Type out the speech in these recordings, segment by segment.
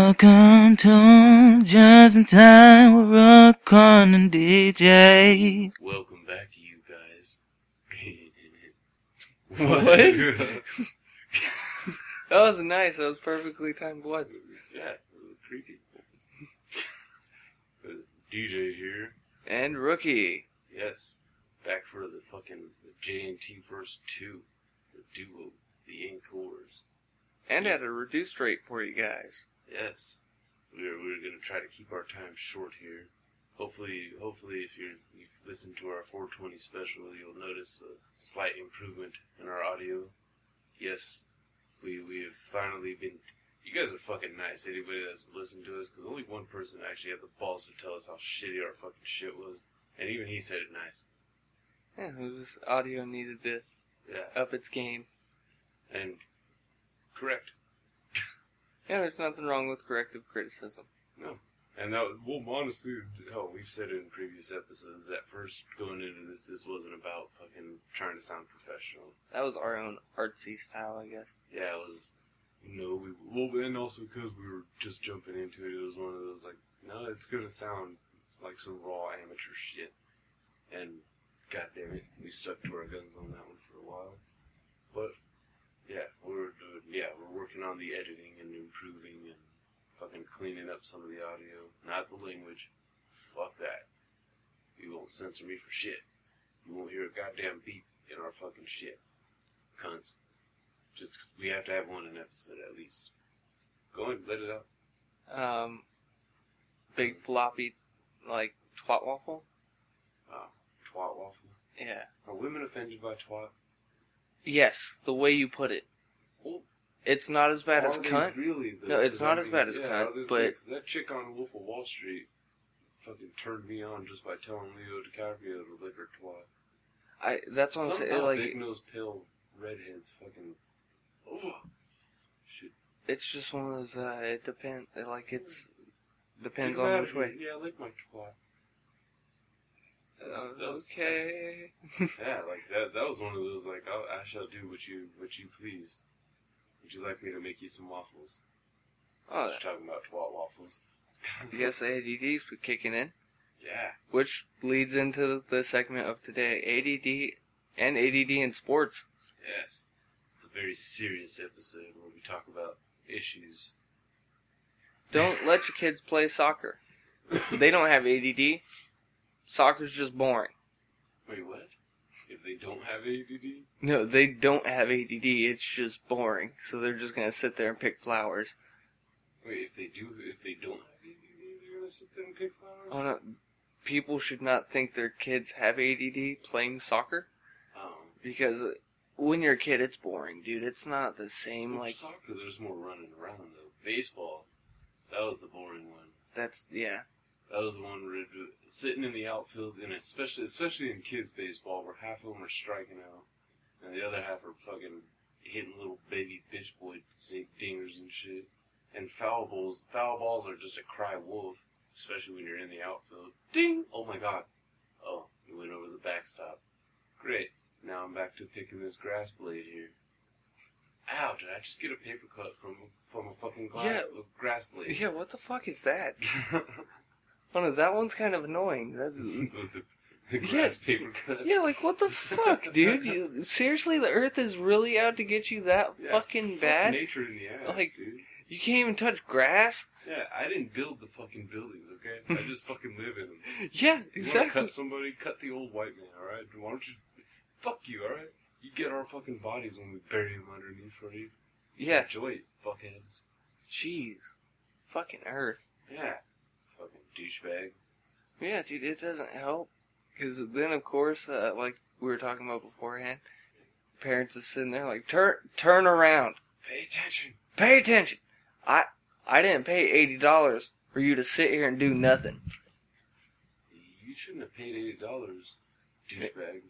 Welcome to Just in Time with Rock on and DJ. Welcome back to you guys. What? That was nice. That was perfectly timed once. yeah, it was creepy. It was DJ here. And rookie. Yes, back for the fucking the J and T verse two, the duo, the encores. And at a reduced rate for you guys. Yes, we are we're gonna try to keep our time short here. Hopefully, hopefully, if you you've listened to our 420 special, you'll notice a slight improvement in our audio. Yes, we we have finally been. You guys are fucking nice. Anybody that's listened to us, because only one person actually had the balls to tell us how shitty our fucking shit was, and even he said it nice. Yeah, whose audio needed to Yeah, up its game. and correct. Yeah, there's nothing wrong with corrective criticism. And that was- well, honestly, oh, we've said it in previous episodes. At first, going into this, this wasn't about fucking trying to sound professional. That was our own artsy style, I guess. Yeah, it was. No, we well, and also because we were just jumping into it, it was one of those like, no, it's gonna sound like some raw amateur shit. And god damn it, we stuck to our guns on that one for a while. But yeah, we're doing, yeah we're working on the editing and improving and fucking cleaning up some of the audio, not the language. Fuck that. You won't censor me for shit. You won't hear a goddamn beep in our fucking shit, cunts. Just 'cause we have to have one an episode at least. Go and let it out. Um, big floppy, like, twat waffle? Oh, twat waffle. Yeah. Are women offended by twat? Yes, the way you put it. Well, It's not as bad as are they cunt. Really, though? No, it's 'Cause not as bad as yeah, cunt, I was gonna but- say, 'cause that chick on Wolf of Wall Street fucking turned me on just by telling Leo DiCaprio to lick her twat. I, that's what I'm saying. Somehow big Like, nosed pill redheads fucking. Oh, shit. it's just one of those, uh, it depends, like, it's, depends Get mad on at which me. way. Yeah, lick my twat. That was Okay. Yeah, like that. That was one of those like I'll, I shall do what you what you please. Would you like me to make you some waffles? Oh, Just talking about twat waffles. I guess ADD's kicking in, Yeah. which leads into the segment of today: ADD and ADD in sports. Yes. It's a very serious episode where we talk about issues. Don't let your kids play soccer. They don't have ADD. Soccer's just boring. Wait, what? If they don't have ADD, No, they don't have ADD. It's just boring. So they're just gonna sit there and pick flowers. wait, if they do, if they don't have ADD, they're gonna sit there and pick flowers. Oh no, people should not think their kids have ADD playing soccer Oh. because when you're a kid, it's boring, dude. It's not the same. Well, Like soccer, there's more running around though. Baseball, that was the boring one. that's yeah. That was the one where it, sitting in the outfield, and especially especially in kids baseball, where half of them are striking out, and the other half are fucking hitting little baby bitch boy sink dingers and shit. And foul balls, foul balls are just a cry wolf, especially when you're in the outfield. Ding! Oh my god! Oh, it went over the backstop. Great. Now I'm back to picking this grass blade here. Ow! Did I just get a paper cut from from a fucking glass, grass blade? Yeah, what the fuck is that? Yeah. Oh no, that one's kind of annoying. That, With the, the grass paper cut. yeah, like what the fuck, dude? You, seriously, the Earth is really out to get you that Yeah, fucking fuck bad. nature in the ass, Like- dude. you can't even touch grass. Yeah, I didn't build the fucking buildings, okay? I just fucking live in them. Yeah, You wanna exactly. cut somebody, cut the old white man, alright? Why don't you... Fuck you, alright? You get our fucking bodies when we bury them underneath for you. Yeah, Enjoy it, fuckheads. jeez, fucking Earth. Yeah. Fucking douchebag. Yeah, dude, it doesn't help because then of course, uh, like we were talking about beforehand, parents are sitting there like turn turn around, Pay attention. pay attention. I I didn't pay eighty dollars for you to sit here and do nothing. You shouldn't have paid eighty dollars, douchebag.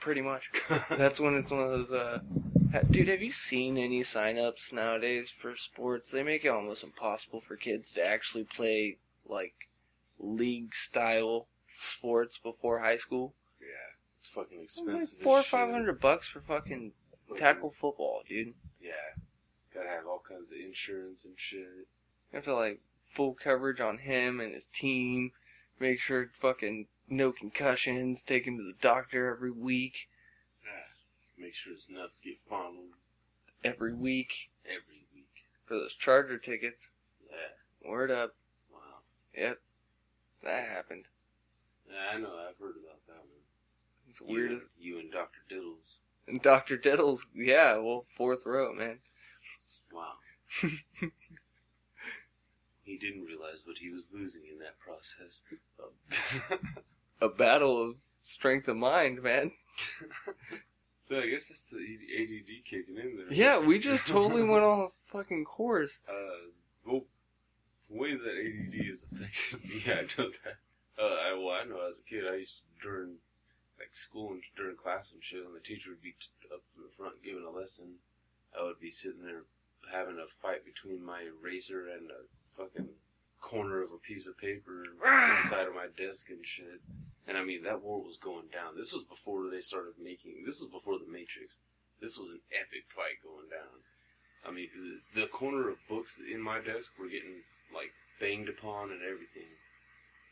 Pretty much. That's when it's one of those. Uh, ha- dude, have you seen any sign-ups nowadays for sports? They make it almost impossible for kids to actually play like league-style sports before high school. yeah. It's fucking It's expensive. like as four or shit. five hundred bucks for fucking Fucking- tackle football, dude. Yeah. Gotta have all kinds of insurance and shit. You have to like full coverage on him and his team. Make sure fucking no concussions. Take him to the doctor every week. Make sure his nuts get fondled Every week every week. for those Charger tickets. Yeah. Word up. Wow. Yep, that happened. Yeah, I know. I've heard about that one. It's You weird and- as You and Doctor Diddles. and Doctor Diddles. Yeah, well, fourth row, man. Wow. he didn't realize what he was losing in that process. A battle of strength of mind, man. so I guess that's the ADD kicking in there. Yeah, we just totally went off fucking course. uh, well, ways that ADD has affected me, I know that. Uh, I, well, I know as a kid, I used to, during, like, school and during class and shit, and the teacher would be t- up in the front giving a lesson. I would be sitting there having a fight between my eraser and a fucking corner of a piece of paper inside of my desk and shit. And I mean, that war was going down. This was before they started making, this was before the Matrix. This was an epic fight going down. I mean, the, the corner of books in my desk were getting like banged upon and everything.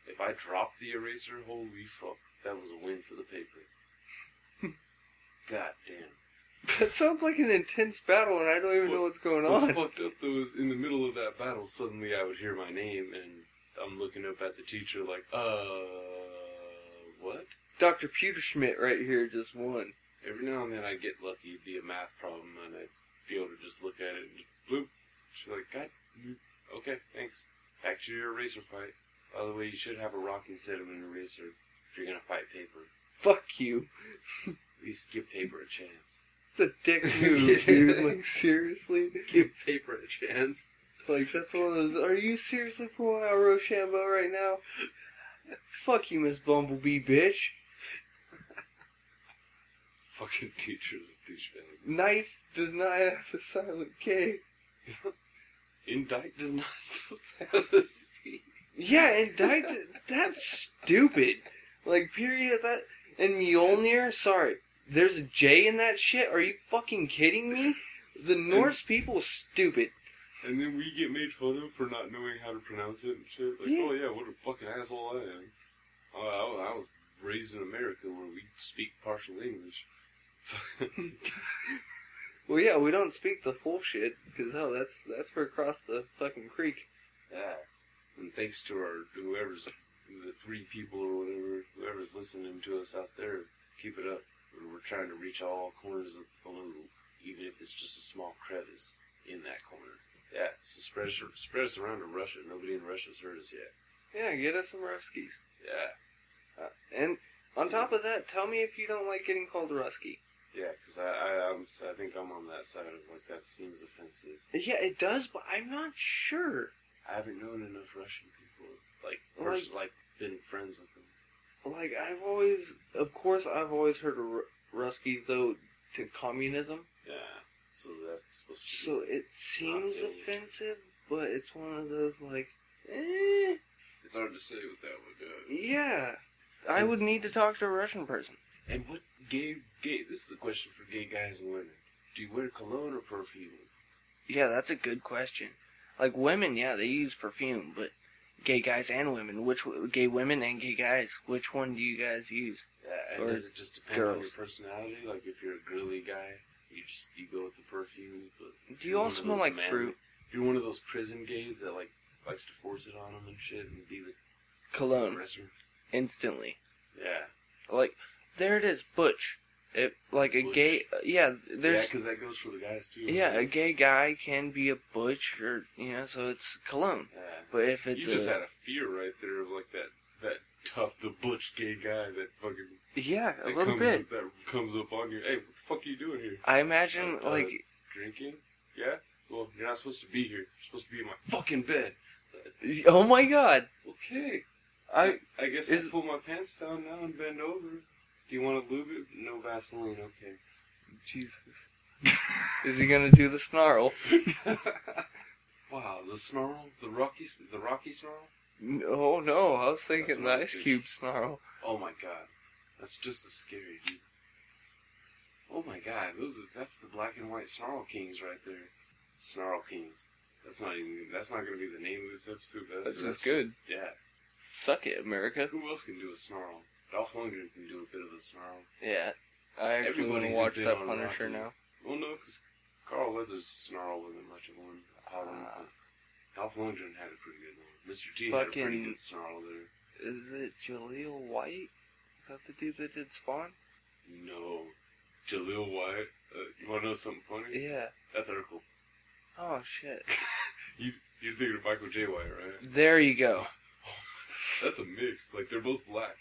If I dropped the eraser, holy fuck, that was a win for the paper. God damn. That sounds like an intense battle, and I don't even know what's going What's on. fucked up though is in the middle of that battle, suddenly I would hear my name and I'm looking up at the teacher like, uh, what? Doctor Peter Schmidt right here just won. Every now and then I get lucky, it'd be a math problem, and I'd be able to just look at it and just bloop. She's like, God, you- okay, thanks. Back to your eraser fight. By the way, you should have a rock instead of an eraser if you're gonna fight paper. Fuck you. At least give paper a chance. It's a dick move, dude. Like seriously, Give paper a chance. like that's one of those. Are you seriously pulling out Rochambeau right now? Fuck you, Miss Bumblebee, bitch. Fucking teacher, douchebag. Knife does not have a silent K. Indict does not supposed to have a C. Yeah, and Dyke, that's stupid. Like, period. That and Mjolnir. Sorry, there's a J in that shit. Are you fucking kidding me? The Norse people are stupid. And then we get made fun of for not knowing how to pronounce it and shit. Like, Yeah. oh yeah, what a fucking asshole I am. Uh, I, was- I was raised in America where we speak partial English. Well, yeah, we don't speak the full shit because hell, that's that's for across the fucking creek. yeah. And thanks to our whoever's the three people or whatever, whoever's listening to us out there, keep it up. We're- We're trying to reach all corners of the globe, even if it's just a small crevice in that corner. Yeah, so spread us, spread us around to Russia. Nobody in Russia's heard us yet. Yeah, get us some Ruskies. Yeah. Uh, and on top of that, tell me if you don't like getting called a Ruskie. Yeah, because I, I, I'm, si think I'm on that side of like that seems offensive. Yeah, it does, but I'm not sure. I haven't known enough Russian people, like Well, pers- like been friends with them. Like I've always, of course, I've always heard of Ru- Ruskies though to communism. Yeah, so that's supposed to. So it seems Not serious. offensive, but it's one of those like, eh, be, it's hard to say with that one. Uh, yeah. I Hmm. would need to talk to a Russian person. and what gay gay? This is a question for gay guys and women. Do you wear cologne or perfume? Yeah, that's a good question. Like women, yeah, they use perfume, but gay guys and women, which w- gay women and gay guys, which one do you guys use? Yeah, and Or does it just depend on your girls. personality? Like if you're a girly guy, you just you go with the perfume. But if Do you you're all one of smell those like fruit? If you're one of those prison gays that like likes to force it on them and shit and be the Cologne, aggressor. instantly. Yeah. Like there it is, butch. It like a Butch. gay, yeah. Yeah, There's 'cause that goes for the guys too. yeah, a gay guy can be a butch, or you know, so it's cologne. Yeah. But if it's you just a, had a fear right there of like that that tough, the butch gay guy that fucking Yeah, a that little comes bit. Up, that comes up on you. Hey, what the fuck are you doing here? I imagine Uh, like Drinking? Yeah. Well, you're not supposed to be here. You're supposed to be in my fucking bed. oh my god. Okay. I I guess is- I'll pull my pants down now and bend over. Do you want to lube it? No Vaseline. Okay. Jesus. Is he gonna do the snarl? wow, the snarl, the rocky, s- the rocky snarl. Oh no, I was That's thinking the what I ice think. cube snarl. Oh my god, that's just as scary, dude. Oh my god, those are, that's the black and white Snarl Kings right there. Snarl Kings. That's not even. That's not going to be the name of this episode. but That's just good. yeah. Suck it, America. Who else can do a snarl? Dolph Lundgren can do a bit of a snarl. Yeah. I actually want Everybody to who's watch been that on Punisher Rocky. now. Well, no, because Carl Weathers' snarl wasn't much of one. Um, Ah. Dolph Lundgren had a pretty good one. Mr. T had a pretty Fucking- good snarl there. Is it Jaleel White? Is that the dude that did Spawn? No. Jaleel White. Uh, you want to know something funny? Yeah. That's Urkel. Oh shit. You, you're thinking of Michael J. White, right? There you go. That's a mix. Like, they're both black.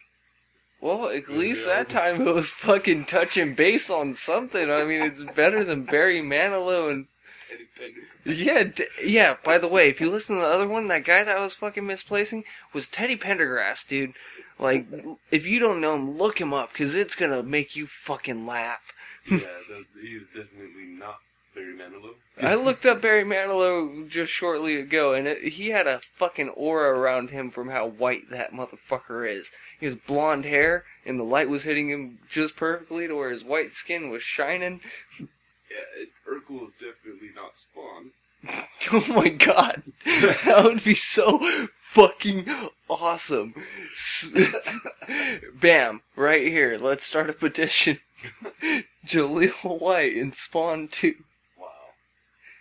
Well, at Yeah. least that time it was fucking touching base on something. I mean, it's better than Barry Manilow and Teddy Pendergrass. yeah, d- yeah. By the way, if you listen to the other one, that guy that I was fucking misplacing was Teddy Pendergrass, dude. Like, l- if you don't know him, look him up because it's gonna make you fucking laugh. yeah, that, he's definitely not Barry Manilow. I looked up Barry Manilow just shortly ago, and it, he had a fucking aura around him from how white that motherfucker is. He has blonde hair, and the light was hitting him just perfectly to where his white skin was shining. Yeah, it, Urkel is definitely not Spawn. Oh my god, that would be so fucking awesome! S- Bam, right here. Let's start a petition. Jaleel White and Spawn Two. Wow.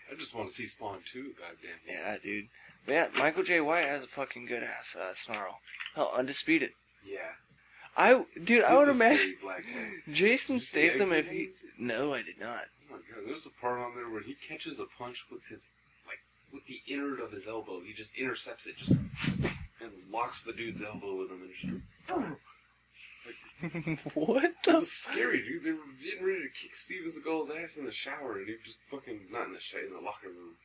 I just want to see Spawn 2, goddamn. Yeah, dude. Yeah, Michael J. White has a fucking good ass uh, snarl. Hell, undisputed. Yeah. I, dude, I He's would a imagine scary black man. Jason You see Statham Exit if he. Wounds? No, I did not. Oh my god, there's a part on there where he catches a punch with his, like, with the innard of his elbow. He just intercepts it, just, and locks the dude's elbow with him, and just. what It the? was scary, dude. They were getting ready to kick Steven Seagal's ass in the shower, and he was just fucking not in the sh- in the locker room,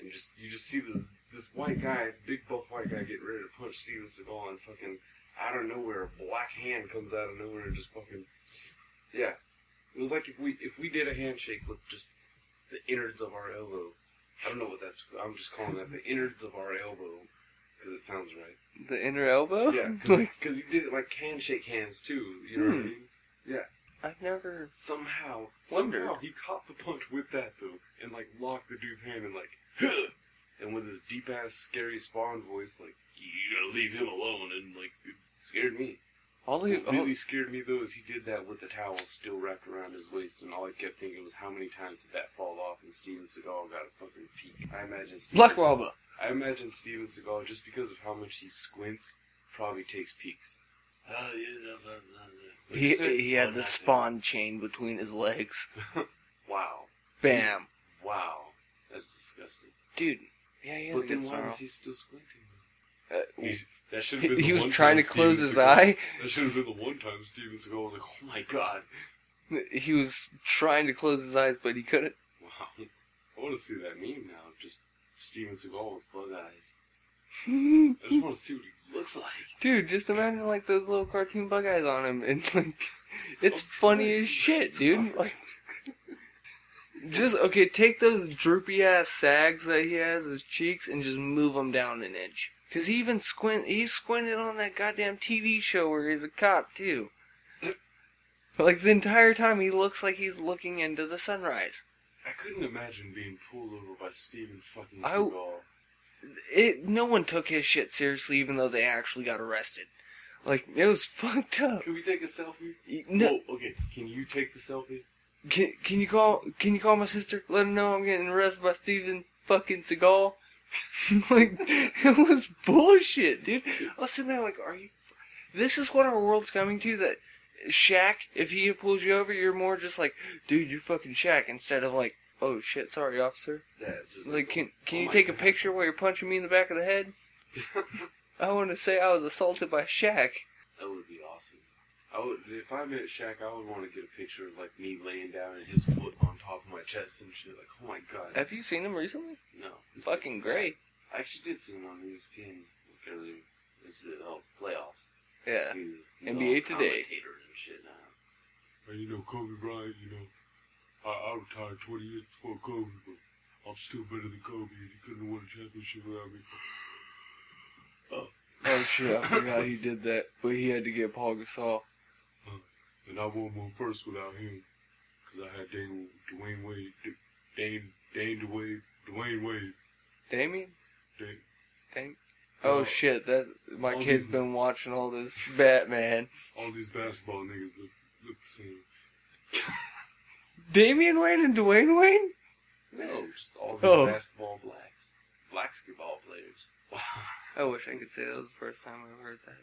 and just you just see the this white guy, big buff white guy, getting ready to punch Steven Seagal, and fucking out of nowhere, a black hand comes out of nowhere and just fucking yeah. It was like if we if we did a handshake with just the innards of our elbow. I don't know what that's. I'm just calling that the innards of our elbow because it sounds right. The inner elbow? Yeah, like, because he did it like handshake hands too. You know what I Hmm. mean? I've never. somehow, Wonder. somehow he caught the punch with that though, and like locked the dude's hand and like, "Huh!" and with his deep ass, scary Spawn voice, like, you gotta leave him alone, and like, it scared me. All the. What really Oh. All, scared me though is he did that with the towel still wrapped around his waist, and all I kept thinking was how many times did that fall off, and Steven Seagal got a fucking peek. I imagine Steven Black Wamba. I imagine Steven Seagal, just because of how much he squints, probably takes peeks. Oh, yeah, blah, blah, blah, blah. He, What'd you say? he Oh, had the nothing. spawn chain between his legs. Wow. Bam. Wow, that's disgusting. Dude. Yeah, he has a But then good why snarl. is he still squinting? Uh, He, that should have he been. he the was one trying to time close Steven his Seagal- eye. That should have been the one time Steven Seagal was like, "Oh my god, He was trying to close his eyes, but he couldn't. wow!" I want to see that meme now. Just Steven Seagal with bug eyes. I just want to see what he looks like. Dude, just imagine like those little cartoon bug eyes on him, and like, it's funny as shit, dude. Like, just okay, take those droopy ass sags that he has his cheeks, and just move them down an inch. Cause he even squint, he squinted on that goddamn TV show where he's a cop too. Like the entire time, he looks like he's looking into the sunrise. I couldn't imagine being pulled over by Steven fucking I- Seagal. It no one took his shit seriously, even though they actually got arrested. Like it was fucked up. Can we take a selfie? No, Oh, okay. Can you take the selfie? Can, can you call can you call my sister? Let her know I'm getting arrested by Steven fucking Seagal. like it was bullshit, dude. I was sitting there like, are you? This is what our world's coming to. That Shaq, if he pulls you over, you're more just like, dude, you're fucking Shaq, instead of like, oh shit, sorry, officer. Yeah, it's just Like, can can Oh you my take a God. picture while you're punching me in the back of the head? I want to say I was assaulted by Shaq. That would be awesome. I would, if I met Shaq, I would want to get a picture of like me laying down and his foot on top of my chest and shit. Like, oh my god, Have you seen him recently? no, Fucking great. I actually did see him on E ESPN like, earlier this oh, playoffs. Yeah. He was, he's NBA all Today. commentator and shit now. you know Kobe Bryant. You know, I, I retired 20 years before Kobe, but I'm still better than Kobe. and He couldn't have won a championship without me. Oh shit, I forgot he did that, but he had to get Paul Gasol. And I won one first without him. Because I had Dane, Dwayne Wade, D- Dane, Dane Dwayne, Dwayne Wade, Damien? Dude, Damien? Oh No. shit, that's my All kid's these- been watching all this Batman. all these basketball niggas look, look the same. Damian Wayne and Dwayne Wayne? No, just all these Oh. basketball blacks. Basketball players. Wow. I wish I could say that was the first time I heard that.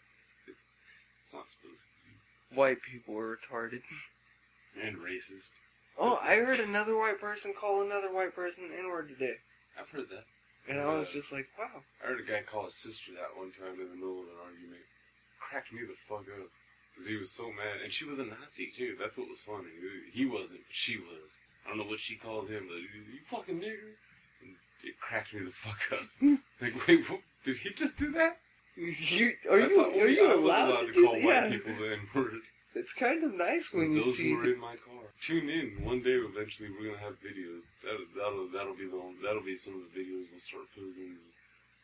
It's not supposed to White people are retarded. be. And racist. Oh, I heard another white person call another white person an N-word today. I've heard that. And I was just like, wow. I heard a guy call his sister that one time in the middle of an argument. Cracked me the fuck up. Because he was so mad. And she was a Nazi, too. That's what was funny. He wasn't, but she was. I don't know what she called him, but you fucking nigger. And it cracked me the fuck up. like, wait, what, did he just do that? You, are I you thought we- are I you was allowed, to, do call that? white Yeah. people the N-word. It's kind of nice when you Those see. who are in my car. Tune in. One day, eventually, we're gonna have videos. That, that'll that'll be the one- that'll be some of the videos we'll start posting. Is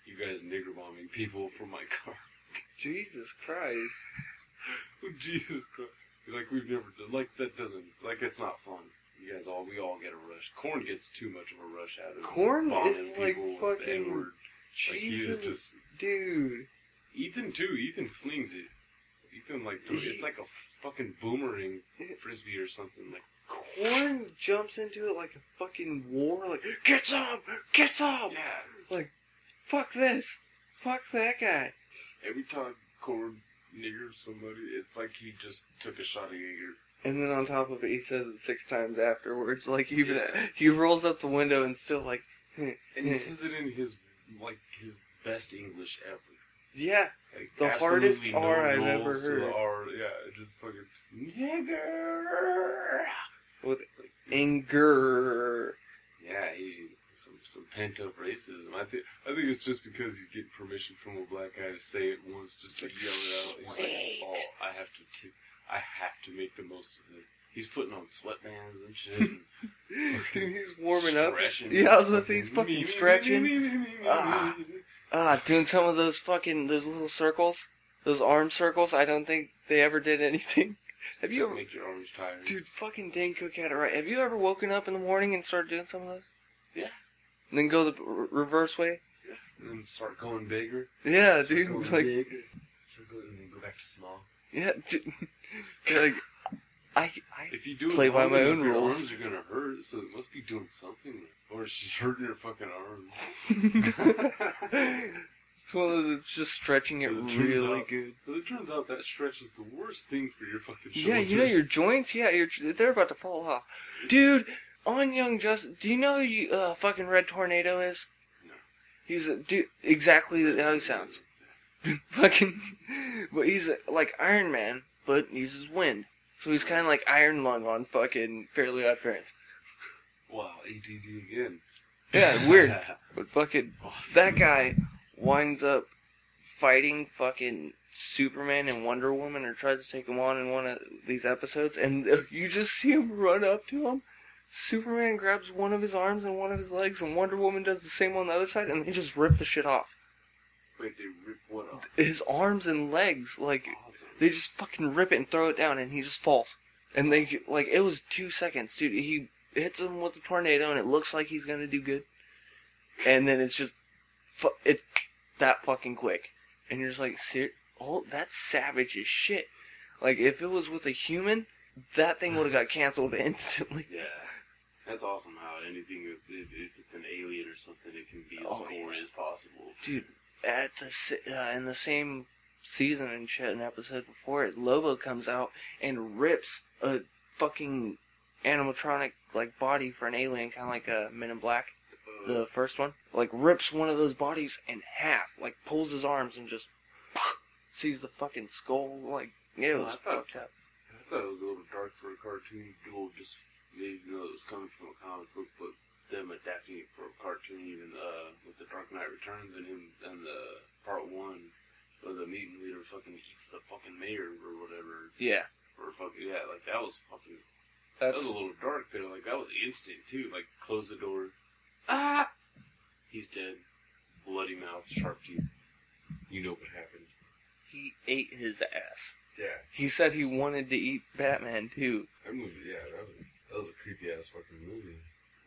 you guys nigger bombing people from my car. Jesus Christ. Oh, Jesus Christ! Like we've never done. Like that doesn't. Like it's not fun. You guys all we all get a rush. Corn gets too much of a rush out of it. Korn Bombing is, like, people with fucking- the N-word. Like, he's Jesus. just- Dude. Ethan too. Ethan flings it. Ethan like th- it's like a fucking boomerang frisbee or something. Like Corn jumps into it like a fucking war, like, get some! Get some! yeah. Fuck this! Fuck that guy! Every time Corn niggers somebody, it's like he just took a shot at Jaeger. And then on top of it, he says it six times afterwards. Like, even Yeah. he rolls up the window and still, like, And he Yeah. says it in his like his best English ever. yeah, Like, The absolutely hardest R I've ever rolls to the heard. R, yeah, it just fucking nigger. with anger. Yeah, he some some pent up racism. I think I think it's just because he's getting permission from a black guy to say it once, just to yell it out. He's like, Sweet. oh, I have to, t- I have to make the most of this. He's putting on sweatbands and shit. and Dude, he's warming up. stretching. Yeah, I was gonna say, he's fucking stretching. Ah. Ah, doing some of those fucking, those little circles. Those arm circles. I don't think they ever did anything. Have you ever, make your arms tired? Dude, fucking Dan Cook had it right. Have you ever woken up in the morning and started doing some of those? Yeah. And then go the r- reverse way? and then start going bigger. Yeah, Start dude. going Like, bigger. Start going- and then go back to small. yeah, dude. They're like, I, I, If you do it Play by long my enough, own your rules. arms are gonna hurt, so it must be doing something, or it's just hurting your fucking arms. it's one of those, it's just stretching it It turns really out- good. As it turns out, that stretch is the worst thing for your fucking shoulders. Yeah, you know your joints. Yeah, your they're about to fall off, dude. On Young Justice, do you know who you, uh, fucking Red Tornado is? No. He's a dude. Exactly how he sounds. fucking but he's uh, like Iron Man, but uses wind. So he's kind of like Iron Lung on fucking Fairly Odd Parents. Wow, ADD again. Yeah, weird. But fucking awesome. that guy winds up fighting fucking Superman and Wonder Woman, or tries to take him on in one of these episodes, and uh, you just see him run up to him. Superman grabs one of his arms and one of his legs, and Wonder Woman does the same on the other side, and they just rip the shit off. Wait, they rip what off? His arms and legs, like Awesome. They just fucking rip it and throw it down, and he just falls. And they like it was two seconds, dude. He hits him with a tornado, and it looks like he's gonna do good. And then it's just, fu- it that fucking quick, and you're just like, "Ser- oh, that's savage as shit. Like if it was with a human, that thing would have got canceled instantly. Yeah. That's awesome how anything that's, if, if it's an alien or something, it can be as Oh, gory as possible. dude, at the se- uh, in the same season and shit, an episode before it, Lobo comes out and rips a fucking animatronic like body for an alien, kind of like a Men in Black, Uh, the first one. Like rips one of those bodies in half, like pulls his arms and just sees the fucking skull. Like yeah, it Oh, was I thought- fucked up. I thought it was a little dark for a cartoon. People just maybe you know it was coming from a comic book, but them adapting it for a cartoon, even uh, with the Dark Knight Returns and him and the part one, where the mutant leader fucking eats the fucking mayor or whatever, Yeah, or fucking yeah, like that was fucking that that's was a little dark, but like that was instant too. Like close the door, ah. he's dead, bloody mouth, sharp teeth. You know what happened. He ate his ass. Yeah, He said he wanted to eat Batman too. that movie. Yeah, that was, that was a creepy ass fucking movie.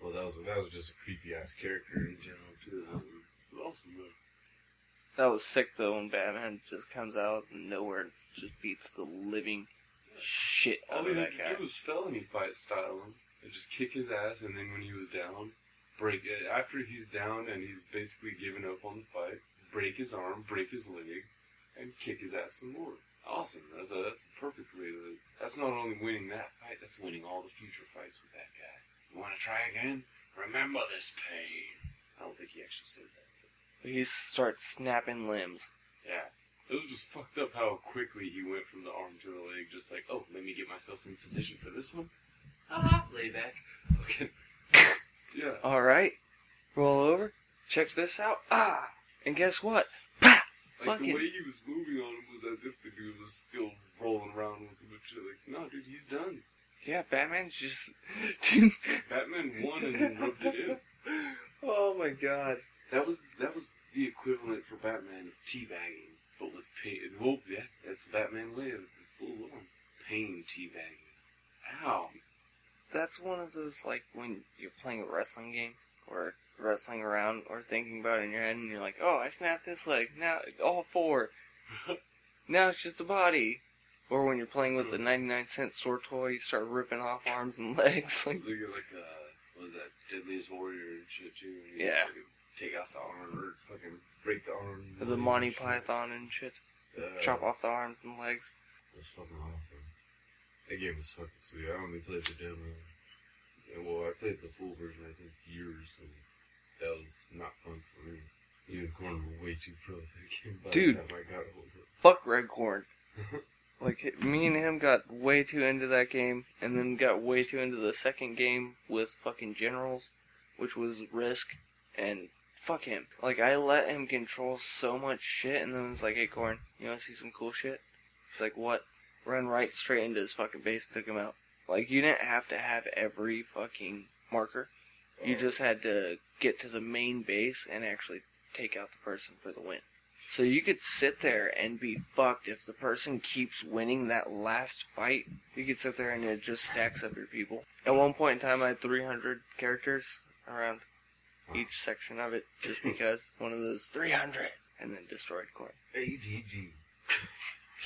Well, that was that was just a creepy ass character in general too. That one. It was awesome, though. That was sick though when Batman just comes out of nowhere and just beats the living shit All out he of had that to guy. do was felony fight style him and just kick his ass, and then when he was down, break uh, after he's down and he's basically given up on the fight, break his arm, break his leg, and kick his ass some more. Awesome. That's a that's a perfect way to. That's not only winning that fight, that's winning all the future fights with that guy. You want to try again? Remember this pain. I don't think he actually said that. He starts snapping limbs. Yeah. It was just fucked up how quickly he went from the arm to the leg, just like, oh, let me get myself in position for this one. Ah, lay back. Fucking. yeah. All right, roll over. Check this out. Ah, and guess what? Pah! Like, the fucking- way he was moving on him was as if the dude was still rolling around with him and shit. Like, no, dude, he's done. Yeah, Batman's just. Dude. Batman won and rubbed it in. Oh my god. That was that was the equivalent for Batman of teabagging, but with pain. Well, yeah, that's Batman way of full on pain teabagging. Ow. That's one of those like when you're playing a wrestling game or wrestling around or thinking about it in your head and you're like, oh, I snapped this leg. Now all four. now it's just a body. Or when you're playing with the 99 cent store toy, you start ripping off arms and legs. Like, Look at like uh, what was that Deadliest Warrior and shit too? and you Yeah. fucking Take off the arm or fucking break the arm. the Monty Python and shit. Uh, Chop off the arms and legs. It was fucking awesome. That game was fucking sweet. I only played the demo. Yeah, well, I played the full version I think years, and that was not fun for me. Unicorn were way too pro at that game. By Dude. the time I got hold of it. Fuck Red Corn. like, h- me and him got way too into that game, and then got way too into the second game with fucking Generals, which was Risk, and fuck him. Like, I let him control so much shit, and then it's like, hey, Corn, you wanna see some cool shit? He's like, what? Run right straight into his fucking base and took him out. Like, you didn't have to have every fucking marker. You Uh, just had to get to the main base and actually take out the person for the win. So you could sit there and be fucked if the person keeps winning that last fight. You could sit there and it just stacks up your people. At one point in time, I had 300 characters around each section of it just because one of those 300 and then destroyed corn. ADD.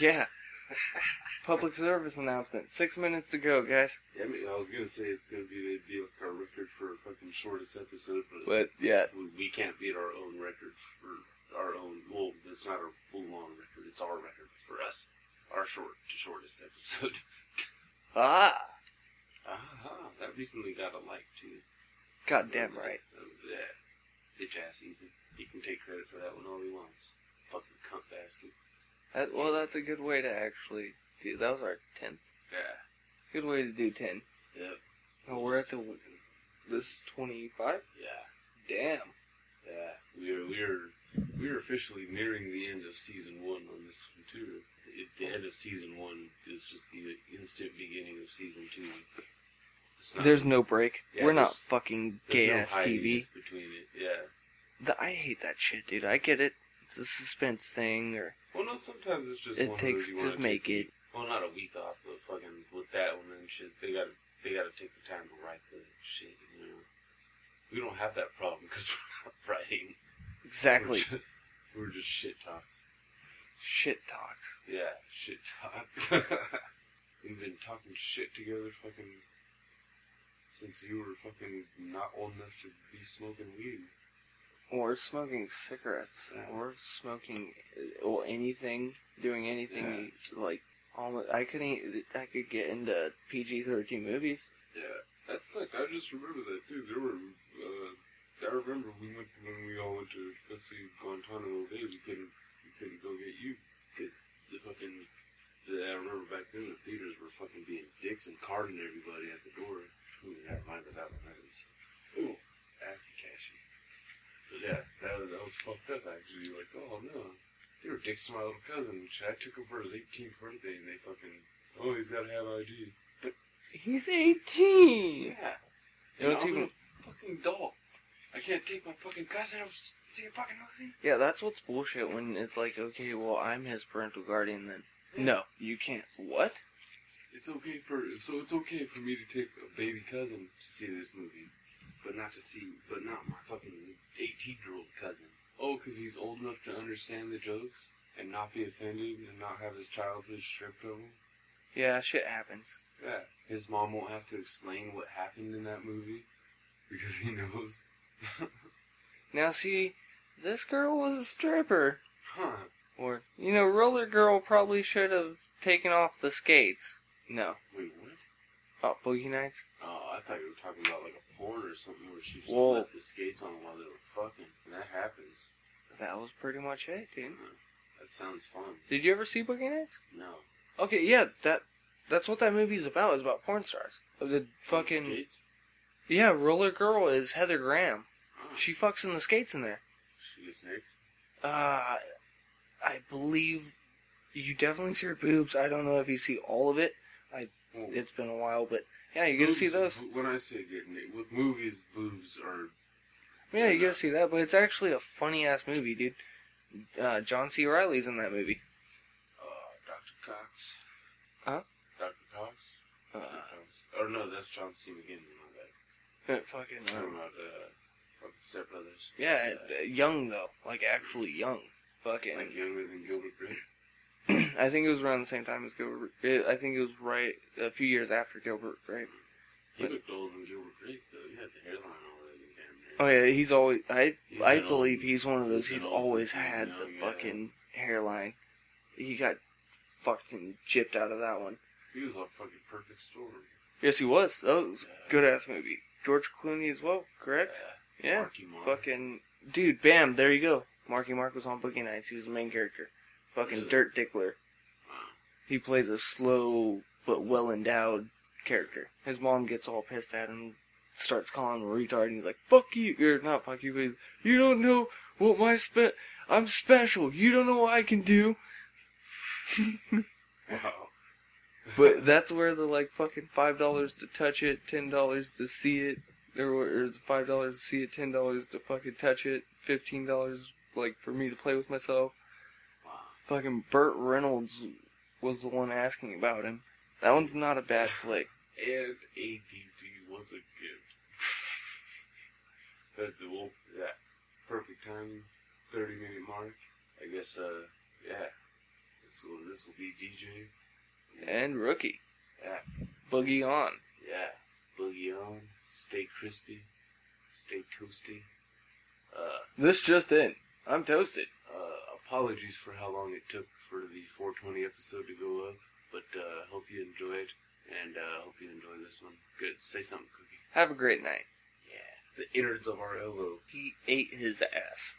Yeah. Public service announcement. Six minutes to go, guys. Yeah, I mean, I was gonna say it's gonna be it'd be like our record for fucking shortest episode, but But yeah, we, we can't beat our own record for our own. Well, it's not a full on record. It's our record for us. Our short to shortest episode. ah, Aha! That recently got a like too. goddamn right. Uh, yeah. Bitch ass Ethan. He can take credit for that one all he wants. Fucking cunt basket. That, well, that's a good way to actually. Dude, that was our 10th Yeah. Good way to do 10. Yep. Oh, we're at the. This is 25? Yeah. Damn. Yeah. We're we're we're officially nearing the end of season one on this one too. It, the end of season one is just the instant beginning of season two. It's not- There's no break. Yeah, we're not there's- fucking there's gay no ass TV. hiatus between it. Yeah. The, I hate that shit, dude. I get it. It's a suspense thing, or Well, no. Sometimes it's just it one of takes those you to wanna make take- it. Well, not a week off, but fucking with that one and shit, they gotta they gotta take the time to write the shit. You know, we don't have that problem because we're not writing. Exactly. We're just, we're just shit talks. shit talks. Yeah, shit talk. We've been talking shit together, fucking, since you were fucking not old enough to be smoking weed. Or smoking cigarettes. Yeah. Or smoking. uh, Or anything. Doing anything like. Almost, I couldn't. e- I could get into PG thirteen movies. Yeah, that's like I just remember that too. There were, uh, I remember we went when we all went to let's see Guantanamo Bay. We couldn't we couldn't go get you because the fucking the, I remember back then the theaters were fucking being dicks and carding everybody at the door. Ooh, I remember that one. That was ooh, assy cashy. But yeah, that was, that was fucked up actually. Like, oh no, they were dicks to my little cousin. and shit. I took him for his 18th birthday, and they fucking oh he's got to have ID. He's eighteen. Yeah. You know, it's I'm even- a fucking dog. I can't take my fucking cousin out to see a fucking movie. Yeah, that's what's bullshit when it's like, okay, well, I'm his parental guardian then. Yeah. No, you can't. What? It's okay for so it's okay for me to take a baby cousin to see this movie, but not to see but not my fucking eighteen year old cousin. oh, because he's old enough to understand the jokes and not be offended and not have his childhood stripped of him. Yeah, shit happens. Yeah, his mom won't have to explain what happened in that movie because he knows. Now, see, this girl was a stripper. huh? Or, you know, Roller Girl probably should have taken off the skates. No. Wait, what? Oh, Boogie Nights? Oh, I thought you were talking about like a porn or something where she just Whoa. left the skates on while they were fucking. And that happens. Hmm. That was pretty much it, dude. That sounds fun. Did you ever see Boogie Nights? No. Okay, yeah, that that's what that movie's about. It's about porn stars. The fucking Skates? yeah, Roller Girl is Heather Graham. Oh, She fucks in the skates in there. she gets naked. Uh, I believe you definitely see her boobs. I don't know if you see all of it. Oh, It's been a while, but yeah, you get to see boobs- those. When I say get naked, with movies, boobs are. Yeah, you get to see that. But it's actually a funny ass movie, dude. Uh, John C. Riley's in that movie. Uh, Dr. Cox. Huh? Dr. Cox? Uh, Dr. Cox. Or no, that's John C. McGinley. My bad. uh, fucking I'm talking um, about uh, fucking Step Brothers. yeah, uh, young though, like actually young. Fucking. Like younger than Gilbert Grape. I think it was around the same time as Gilbert. It, I think it was right a few years after Gilbert Grape. He But- looked older than Gilbert Grape, though. He had the hairline already. Damn near. Oh yeah, he's always. I He's I been on- believe he's one of those. he's He's been on always since he's had young, the yeah. fucking hairline. He got fucking gypped out of that one. He was a fucking perfect storm. Yes, he was. That was Yeah. a good ass movie. George Clooney as well, correct? Yeah. Yeah. Marky Mark. Fucking dude, bam! There you go. Marky Mark was on Boogie Nights. He was the main character. Fucking Really? Dirt Dickler. Wow. He plays a slow but well endowed character. His mom gets all pissed at him, starts calling him a retard, and he's like, "Fuck you!" Or not "fuck you," but he's, "You don't know what my spe- I'm special. You don't know what I can do." Wow. But that's where the like fucking five dollars to touch it, ten dollars to see it, or, or the five dollars to see it, ten dollars to fucking touch it, fifteen dollars like for me to play with myself. Wow. Fucking Burt Reynolds was the one asking about him. That one's not a bad flick. And ADD once again. That's the wolf. Yeah. Perfect timing. 30 minute mark. I guess, uh, yeah. This will, this will be DJ. and rookie. Yeah. Boogie on. Yeah. Boogie on. Stay crispy. Stay toasty. Uh, This just in. I'm toasted. Uh, apologies for how long it took for the 420 episode to go up, but uh, hope you enjoyed, and uh, hope you enjoy this one. Good. Say something, Cookie. Have a great night. Yeah. The innards of our elbow. He ate his ass.